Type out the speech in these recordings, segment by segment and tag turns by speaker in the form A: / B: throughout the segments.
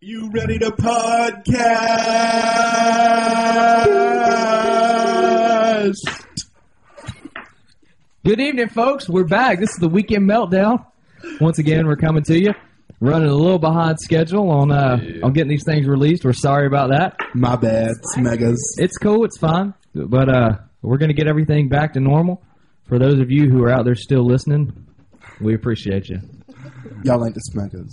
A: You ready to podcast?
B: Good evening, folks. We're back. This is the weekend meltdown. Once again, we're coming to you, running a little behind schedule on uh, on getting these things released. We're sorry about that.
A: My bad, Smegas.
B: It's cool. It's fine, but uh, we're gonna get everything back to normal. For those of you who are out there still listening, we appreciate you.
A: Y'all ain't the Smegas.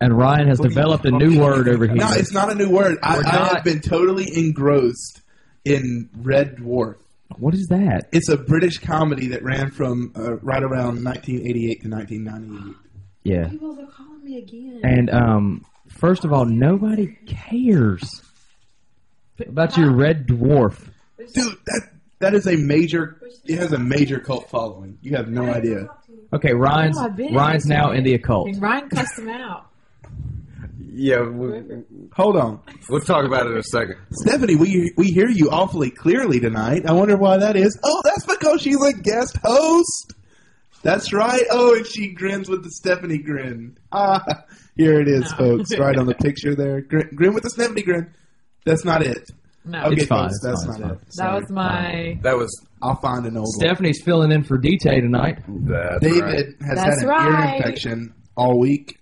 B: And Ryan has developed a new word over here.
A: No, it's not a new word. I,
B: We're
A: I
B: not-
A: have been totally engrossed in Red Dwarf.
B: What is that?
A: It's a British comedy that ran from uh, right around 1988 to 1998.
B: Yeah.
C: People are calling me again.
B: And um, first of all, nobody cares about your red dwarf.
A: Dude, that that is a major. It has a major cult following. You have no idea.
B: Okay, Ryan's
C: Oh, I bet.
B: Ryan's now in the occult.
C: And Ryan cussed him out.
D: Yeah, we,
A: Hold on,
D: we'll talk about it in a second.
A: Stephanie. We we hear you awfully clearly tonight. I wonder why that is. Oh, that's because she's a guest host. That's right. Oh, and she grins with the Stephanie grin. Ah, here it is,
C: No.
A: folks. Right on the picture there. Grin, grin with the Stephanie grin. That's not it.
C: No,
A: Okay,
B: It's fine,
A: folks,
B: it's
A: that's
B: fine, it's
A: not
B: fine.
A: it.
C: that was my.
D: That was
A: I'll find an old one.
B: Stephanie's filling in for DT tonight.
D: that.
A: David has
C: That's
A: had an ear
C: right.
A: infection all week,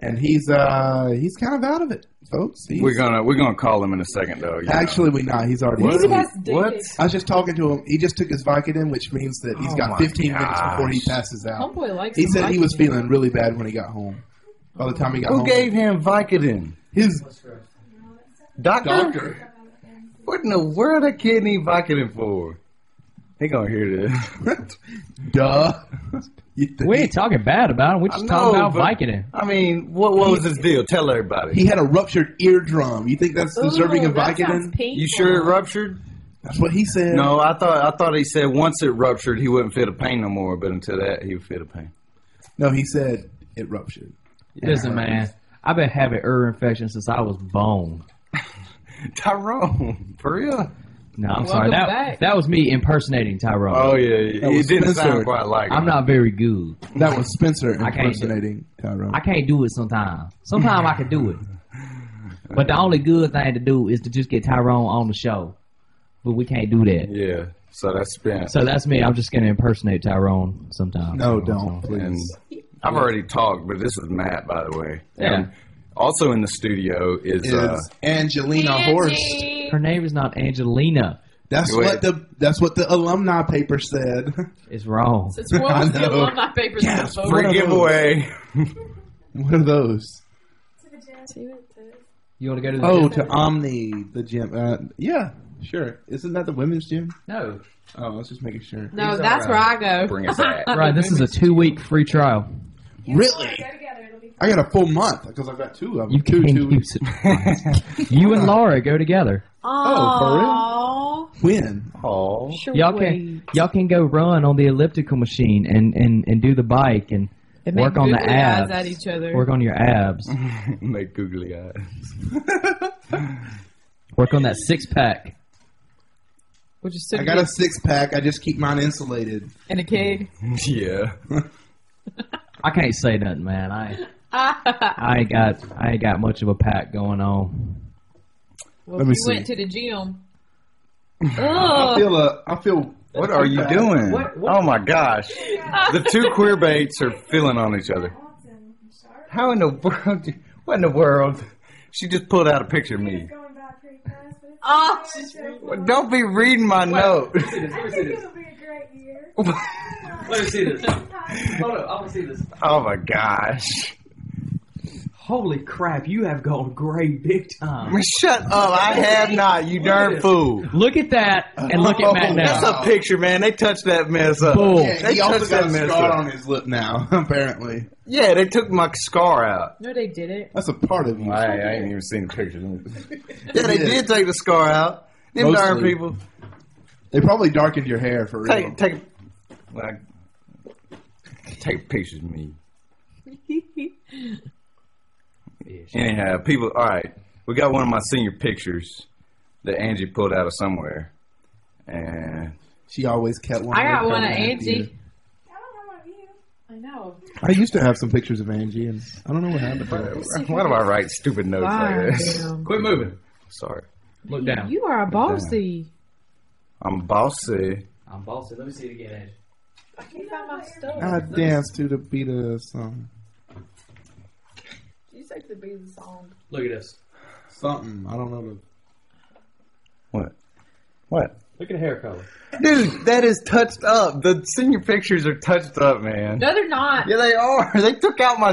A: and he's uh he's kind of out of it, folks. He's,
D: We're gonna we're gonna call him in a second though. you know.
A: actually we not. He's already.
C: Maybe
A: asleep.
C: that's David.
D: What?
A: I was just talking to him. He just took his Vicodin, which means that he's
D: Oh
A: got
D: my
A: 15 minutes
D: gosh.
A: before he passes out.
C: Homeboy likes.
A: He
C: him
A: said
C: like
A: he was
C: him.
A: feeling really bad when he got home. By the time he got
D: Who
A: home,
D: gave him Vicodin?
A: his
D: Doctor?
A: doctor.
D: What in the world a kid need Vicodin for? He gonna hear this.
A: Duh. You think-
B: We ain't talking bad about him. We
D: I
B: just
D: know,
B: talking about
D: but-
B: Vicodin.
D: I mean, what what was his deal? Tell everybody.
A: He had a ruptured eardrum. You think that's deserving
C: Ooh,
A: of
C: that sounds
A: Vicodin?
C: painful.
D: You sure it ruptured?
A: That's what he said.
D: No, I thought I thought he said once it ruptured he wouldn't feel the pain no more, but until that he would feel the pain.
A: no, he said it ruptured.
B: Listen, man, I've been having ear infection since I was born.
D: Tyrone, for real?
B: No, I'm
C: Welcome
B: sorry. That
C: back.
B: that was me impersonating Tyrone.
D: Oh yeah,
A: That
D: it
A: was
D: didn't
A: censored.
D: sound quite like.
B: I'm
D: him.
B: not very good.
A: That was Spencer
B: I can't do-
A: impersonating Tyrone.
B: I can't do it sometimes. Sometimes I can do it. But the only good thing to do is to just get Tyrone on the show. But we can't do that.
D: Yeah, so that's spent.
B: So that's me. I'm just going to impersonate Tyrone sometime.
A: No, don't
B: Oh,
A: please.
D: And I've already talked, but this is Matt, by the way.
B: Yeah.
D: And also in the studio is,
A: is
D: uh,
A: Angelina
C: Angie.
A: Horst.
B: Her name is not Angelina.
A: That's
D: Wait.
A: what the that's what the alumni paper said.
B: It's wrong.
C: It's one of
A: I know.
C: the alumni papers.
A: Yes,
C: that
D: free
A: What are
C: voted.
D: giveaway.
A: what are those?
B: You want to go to the
A: Oh,
B: gym?
A: to Omni the gym. Uh, yeah, sure. Isn't that the women's gym?
B: No.
A: Oh, I was just making sure.
C: No,
B: These
C: that's
B: are,
C: where
B: uh,
C: I go.
D: Bring it back.
B: Right, this is a two week free trial.
A: Really? I got a full month because I've got two of them.
B: You
A: two,
B: can
A: two
B: use it. you and Laura go together.
C: Oh,
A: When?
D: Paul.
C: for real?
B: Y'all can y'all can go run on the elliptical machine and, and, and do the bike and work on the abs.
C: at each other.
B: Work on your abs.
D: Make googly eyes.
B: Work on that six pack.
C: Which is
A: I got a six pack. I just keep mine insulated.
C: in a keg.
D: yeah.
B: I can't say nothing, man. I
C: well,
B: I ain't got I ain't got much of a pack going on.
C: if
A: me
C: you
A: see.
C: went to the gym.
A: I
C: Ugh.
A: feel a. I feel.
D: What are you doing? Oh my gosh.
C: Oh.
D: The two queer baits are feeling on each other. How in the world? do- What in the world? She just pulled out a picture of me.
C: Oh, she's rude.
D: Well, Don't be reading my note.
E: I think it'll be a great year.
B: Let me see this. Hold up, I want to see this.
D: oh my gosh.
B: Holy crap, you have gone gray big time.
D: Man, shut up. I have not, you darn fool.
B: Look at that and look at Matt now.
D: That's a picture, man. They touched that mess up.
B: Bull.
A: Yeah,
D: They
A: he also
D: touched
A: got
D: that
A: a
D: mess
A: scar
D: up.
A: on his lip now. Apparently,
D: Yeah, they took my scar out.
C: no, they did it.
A: that's a part of you.
D: I, I ain't even seen the picture. yeah,
A: Yeah,
D: they did take the scar out. Them
A: Mostly.
D: darn people.
A: They probably darkened your hair for real.
D: Take, take, like, take pictures of me. Anyhow, people, all right. We got one of my senior pictures that Angie pulled out of somewhere. And
A: She always kept one.
C: I
A: of her
C: got one of
A: permanent
C: Angie.
A: ears.
E: I don't know about you.
C: I know. Oh.
A: I used to have some pictures of Angie, and I don't know what happened. to them.
D: Why do I write stupid notes like this?
C: Wow.
F: Quit moving.
D: Sorry.
B: Look down.
C: You are a bossy.
D: I'm bossy.
B: I'm bossy. Let me see it again.
C: I can't find my stuff.
A: I danced to the beat of the song.
C: You take the beat song.
B: Look at this.
A: Something I don't know.
D: What? What?
B: Look at hair color.
D: Dude, that is touched up. The senior pictures are touched up, man.
C: No, they're not.
D: Yeah, they are. They took out my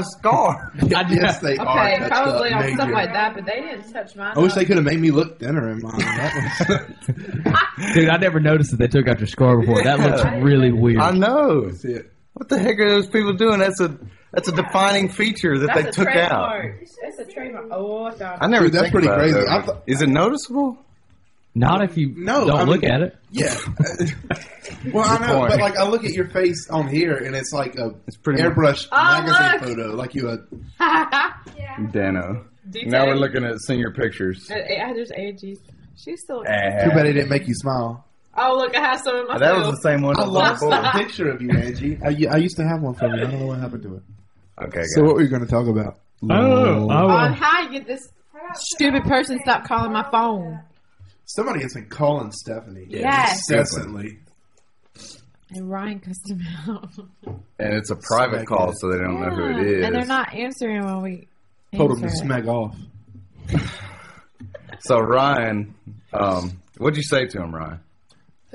D: scar.
A: I yes, they
C: Okay,
A: are. touched up
C: probably on
A: major.
C: stuff like that, but they didn't touch mine.
A: I wish
C: up.
A: they could have made me look thinner in mine. That was-
B: Dude, I never noticed that they took out your scar before. That looks really weird.
D: I know.
A: That's it.
D: What the heck are those people doing? That's a that's a defining feature that
C: That's
D: they
C: a
D: took out.
C: trademark. That's a trademark. Oh, I thought.
D: I never.
A: Dude, that's
D: think
A: pretty
D: about
A: crazy.
D: that.
A: I thought-
D: is it noticeable?
B: Not if you
A: No,
B: don't
A: I mean-
B: look at it.
A: Yeah. well, I know,
D: point.
A: but like I look at your face on here, and it's like a
D: It's pretty much-
A: airbrushed
C: Oh,
A: magazine
C: look.
A: photo, like you. Uh,
E: Yeah.
D: Dano.
C: Detail.
D: looking at senior pictures.
C: Uh, uh, There's Angie's. She's still.
A: too bad it didn't make you smile.
C: Oh, look, I have some in my
D: That was the same one.
A: I
D: I
A: lost
D: before.
A: a picture of you, Angie. I, I used to have one from you. I don't know what happened to it.
D: Okay, guys.
A: So, what were you going to talk about?
B: Oh, oh.
C: On how you get this stupid person stop calling my phone.
A: Somebody has been calling Stephanie
C: Yes.
A: incessantly.
C: And Ryan cussed him out.
D: and it's a private call, so they don't know who it is.
C: And they're not answering when we.
A: Told him
C: answer
A: to
C: it.
A: smack off.
D: So Ryan, um, what'd you say to him, Ryan?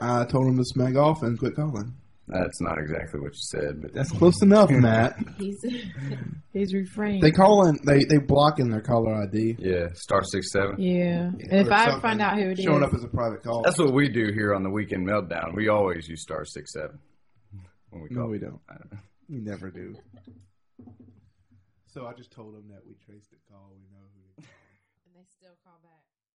A: I told him to smack off and quit calling.
D: That's not exactly what you said, but
A: That's close enough, Matt.
C: He's he's refrained.
A: They call in. They they block in their caller ID.
D: yeah, star six seven.
C: yeah. And if
A: Or
C: I
A: something.
C: find out who it is,
A: showing up as a private call.
D: That's what we do here on the weekend meltdown. We always use star six seven when we
A: no,
D: call.
A: we don't.
D: I don't know.
A: We never do. So I just told him that we traced the call. We know who.
C: and they still call back.